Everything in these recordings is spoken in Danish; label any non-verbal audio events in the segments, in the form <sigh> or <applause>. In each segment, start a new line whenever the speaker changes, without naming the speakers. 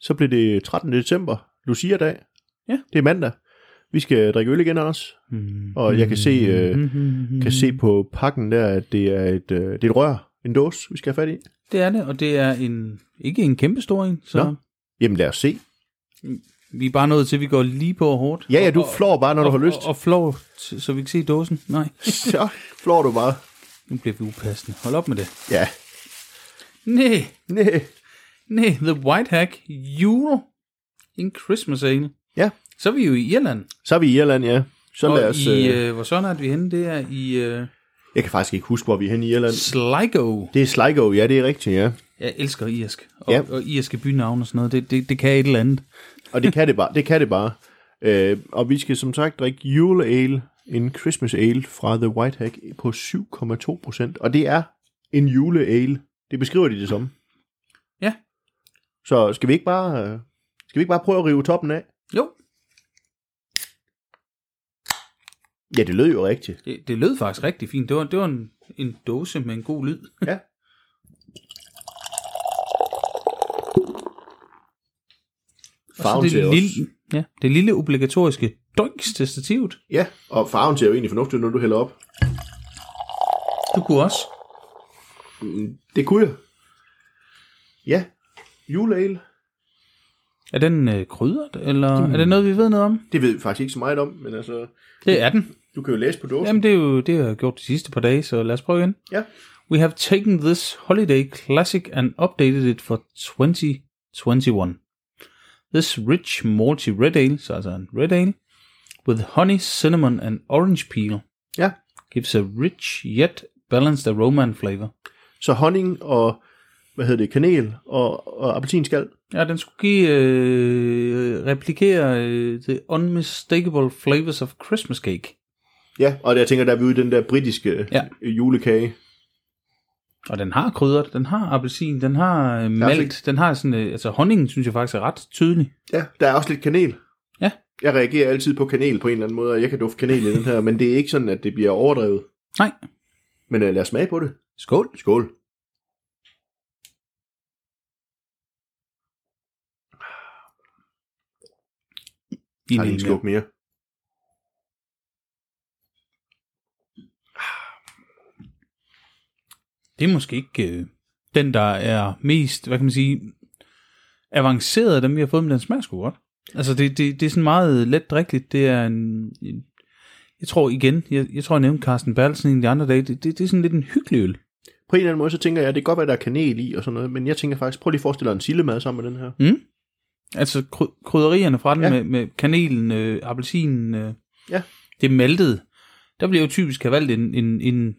Så blev det 13. december, Lucia-dag.
Ja.
Det er mandag. Vi skal drikke øl igen, Anders.
Mm.
Og jeg kan se, øh,
mm.
Kan se på pakken der, at det er et, øh, det er et rør, en dåse, vi skal have fat i.
Det er det, og det er en, ikke en kæmpe stor en, så
Nå. Jamen lad os se.
vi er bare nået til, at vi går lige på hårdt.
Ja, ja,
Og-
du
og-
flår bare, når du
og,
har lyst.
Og, og flår, t- så vi kan se dåsen. Nej,
<laughs> Så flår du bare.
nu bliver vi upassende. Hold op med det.
Ja.
Nej,
Næh.
nej, The White Hack Euro in Christmas Ale.
Ja,
Så er vi jo i Irland.
så er vi i Irland, ja. Så
og
lad os...
i,
Øh,
øh, hvor sådan er det, vi henne? Det er i øh,
jeg kan faktisk ikke huske, hvor vi er henne i Irland.
Sligo.
Det er Sligo, ja, det er rigtigt, ja.
Jeg elsker irsk. Og,
Ja.
og irske bynavne og sådan noget. Det, det, det kan et eller andet.
Og det kan det bare. Det kan det bare. Øh, og vi skal som sagt drikke Yule Ale, en Christmas Ale fra The White Hack på 7,2%. Og det er en jule ale. Det beskriver de det som.
Ja.
Så skal vi ikke bare... øh, Skal vi ikke bare prøve at rive toppen af?
Jo,
Ja, det lød jo rigtigt.
det, det lød faktisk rigtig fint. Det var, det var en, en dåse med en god lyd.
Ja. Farven
og så
til
det
os.
lille, ja, det lille obligatoriske dunks til stativet.
Ja, og farven ser jo egentlig fornuftig, ud, når du hælder op.
Du kunne også.
Det kunne jeg. Ja, juleale.
Er den øh, krydret, eller
Mm.
er det noget, vi ved noget om?
Det ved vi faktisk ikke så meget om, men altså,
Det er den.
du kan jo læse på dåsen.
Jamen, det er jo det, jeg har gjort de sidste par dage, så lad os prøve igen.
Ja.
We have taken this holiday classic and updated it for 2021. This rich malty red ale, så altså en red ale, with honey, cinnamon and orange peel,
Ja,
gives a rich yet balanced aroma and flavor.
så honning og, hvad hedder det, kanel og, og appelsinskal.
Ja, den skulle give, øh, replikere øh, the unmistakable flavors of Christmas cake.
Ja, og jeg tænker, der er vi ude i den der britiske
Ja.
ja. julekage.
Og den har krydder, den har appelsin, den har øh, malt, den har sådan, øh, altså honningen synes jeg faktisk er ret tydelig.
Ja, der er også lidt kanel.
Ja.
Jeg reagerer altid på kanel på en eller anden måde, og jeg kan dufte kanel i den her, men det er ikke sådan, at det bliver overdrevet.
Nej.
Men uh, lad os smage på det.
Skål.
Skål.
Din
Har lige en
en
skub mere.
Det er måske ikke øh, den, der er mest, hvad kan man sige, avanceret af dem, vi har fået, men den smager sgu godt. Altså, det, det, det er sådan meget let drikkeligt. Det er en, en jeg tror igen, jeg, jeg tror, jeg nævnte Carsten Bertelsen en af de andre dage, det, det, det er sådan lidt en hyggelig øl.
På en eller anden måde, så tænker jeg, at det kan godt være, at der er kanel i og sådan noget, men jeg tænker faktisk, prøv lige at forestille dig en sillemad sammen med den her.
Mm? Altså kry- krydderierne fra den ja.
Ja.
med, med kanelen, øh, appelsinen, øh,
Ja.
det maltede. Der bliver jo typisk have valgt en, en, en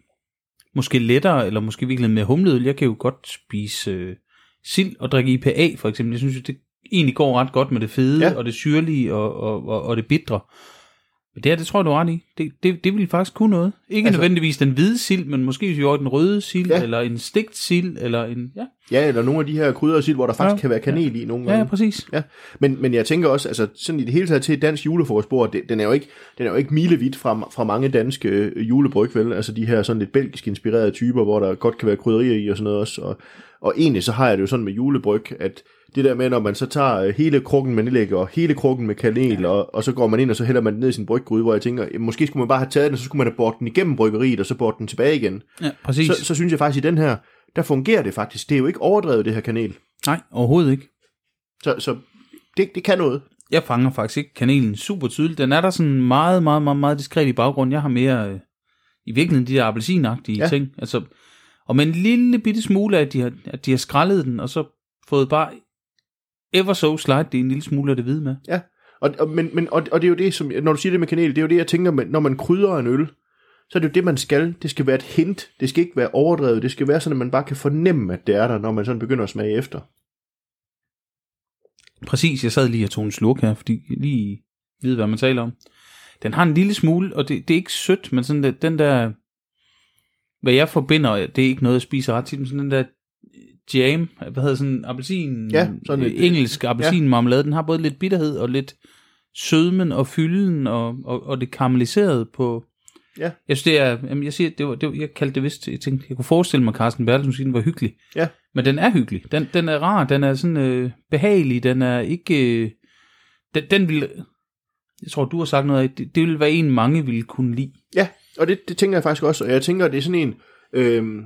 måske lettere, eller måske virkelig mere humleøl. Jeg kan jo godt spise øh, sild og drikke IPA for eksempel. Jeg synes jo, det egentlig går ret godt med det fede, ja.
Ja.
og det syrlige, og, og, og, og det bitre. Men det her, det tror jeg, du har ret i. Det, det, det ville faktisk kunne noget. Ikke altså,
Altså-
nødvendigvis den hvide sild, men måske hvis vi gjorde den røde sild, ja.
Ja.
eller en stegt sild, eller en... Ja,
Ja, eller nogle af de her krydder og sild, hvor der faktisk
Ja.
ja. kan være kanel i nogle gange.
ja, ja præcis.
Ja, men, men jeg tænker også, altså sådan i det hele taget til et dansk julefrokostbord, det, den er jo ikke, den er jo ikke milevidt fra, fra mange danske øh, julebryg, vel? Altså de her sådan lidt belgisk inspirerede typer, hvor der godt kan være krydderier i og sådan noget også. Og, og egentlig så har jeg det jo sådan med julebryg, at det der med, når man så tager øh, hele krukken med nedlæg og hele krukken med kanel, ja. og, og så går man ind, og så hælder man den ned i sin bryggryde, hvor jeg tænker, jamen, måske skulle man bare have taget den, og så skulle man have båret den igennem bryggeriet, og så båret den tilbage igen.
Ja, præcis.
Så, så synes jeg faktisk, i den her, der fungerer det faktisk. Det er jo ikke overdrevet, det her kanel.
Nej, overhovedet ikke.
Så, så det, det kan noget.
Jeg fanger faktisk ikke kanelen super tydeligt. Den er der sådan meget, meget, meget, meget diskret i baggrunden. Jeg har mere øh, i virkeligheden de der appelsinagtige ja.
Ja.
ting. Altså, og med en lille bitte smule, at de, har, at de har skrællet den, og så fået bare ever so slightly en lille smule af det hvide med.
Ja, og, og, men, men, og, og det er jo det, som, når du siger det med kanel, det er jo det, jeg tænker, med, når man krydrer en øl, så er det jo det, man skal. Det skal være et hint, det skal ikke være overdrevet, det skal være sådan, at man bare kan fornemme, at det er der, når man sådan begynder at smage efter.
Præcis, jeg sad lige og tog en slurk her, fordi jeg lige ved, hvad man taler om. Den har en lille smule, og det, det er ikke sødt, men sådan der, den der, hvad jeg forbinder, det er ikke noget, jeg spiser ret tit, men sådan den der øh, jam, hvad hedder sådan, appelsin,
Ja, sådan
øh,
lidt-
engelsk appelsinmarmelade, den har både lidt bitterhed og lidt sødmen og fylden og, og, og det karamelliserede på,
Ja.
Jeg synes, det er, jamen, jeg siger, det var, det var, jeg kaldte det vist, jeg tænkte, jeg kunne forestille mig, at Carsten Bertels musikken var hyggelig.
Ja.
Men den er hyggelig. Den, den er rar, den er sådan øh, behagelig, den er ikke, øh, den, den vil, jeg tror, du har sagt noget af, det, det vil være en, mange ville kunne lide.
Ja, og det, det tænker jeg faktisk også, og jeg tænker, det er sådan en, øhm,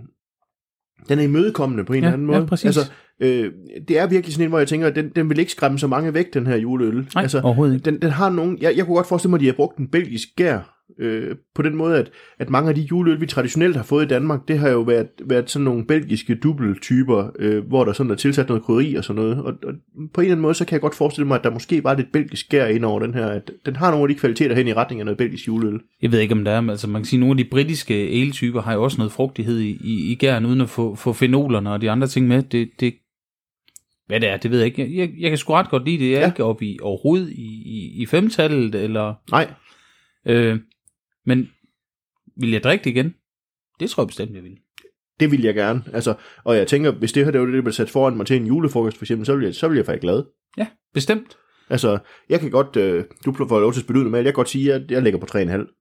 den er imødekommende på en
Ja,
eller anden
ja,
måde.
præcis.
Altså, øh, det er virkelig sådan en, hvor jeg tænker, at den, den vil ikke skræmme så mange væk, den her juleøl.
Nej, altså,
altså,
overhovedet ikke.
den, den har nogen, jeg, jeg kunne godt forestille mig, at de har brugt en belgisk gær, øh, på den måde, at, at mange af de juleøl, vi traditionelt har fået i Danmark, det har jo været, været sådan nogle belgiske dubbeltyper, øh, hvor der sådan er tilsat noget krydderi og sådan noget. Og, og, på en eller anden måde, så kan jeg godt forestille mig, at der måske var lidt belgisk gær ind over den her, at den har nogle af de kvaliteter hen i retning af noget belgisk juleøl.
Jeg ved ikke, om der er, men altså man kan sige, at nogle af de britiske eltyper har jo også noget frugtighed i, i, i gæren, uden at få, få fenolerne og de andre ting med. Det, det, hvad det er, det ved jeg ikke. Jeg, jeg, jeg kan sgu ret godt lide det. Jeg er
Ja.
ja. ikke oppe i overhovedet i, i, i femtallet, eller,
Nej,
øh, men vil jeg drikke det igen? Det tror jeg bestemt, jeg vil.
Det vil jeg gerne. Altså, og jeg tænker, hvis det her det var det, der blev sat foran mig til en julefrokost, for eksempel, så vil jeg, så vil jeg faktisk glad.
Ja, bestemt.
Altså, jeg kan godt, øh, du får lov til at spille ud med, jeg kan godt sige, at jeg, jeg ligger på 3,5.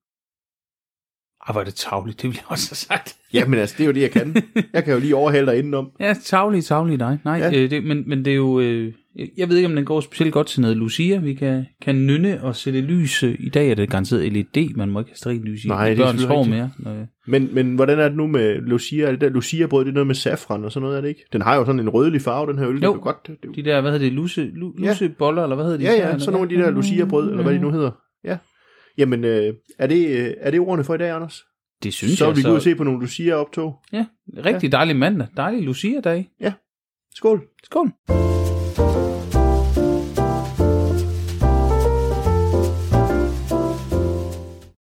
Ej, hvor er det tavligt, det ville jeg også have sagt. <laughs>
Jamen altså, det er jo det, jeg kan. Jeg kan jo lige overhale dig indenom.
Ja, tavlig, tavlig dig. Nej,
Ja.
ja. øh, det, men, men det er jo... Øh, jeg ved ikke, om den går specielt godt til noget Lucia. Vi kan, kan nynne og sætte lys. øh, I dag er det garanteret LED. Man må ikke have strikt lys i.
Nej, det er
børns
selvfølgelig
hår mere. Øh,
Men, men hvordan er det nu med Lucia? Er det der Lucia-brød, det er noget med safran og sådan noget, er det ikke? Den har jo sådan en rødlig farve, den her øl. Det er
Jo.
jo godt. Det er jo...
De der, hvad hedder det, lusse, lu,
Ja.
lusseboller, eller hvad hedder de?
Ja, ja,
Sådan
sådan nogle af de der Lucia-brød, eller hvad de nu hedder. Ja. Jamen, øh, er, det, øh, er det ordene for i dag, Anders?
Det synes
så
jeg
vil vi gå ud og
så.
se på nogle Lucia-optog.
Ja, rigtig dejlig mandag. Dejlig Lucia-dag.
Skål!
Skål.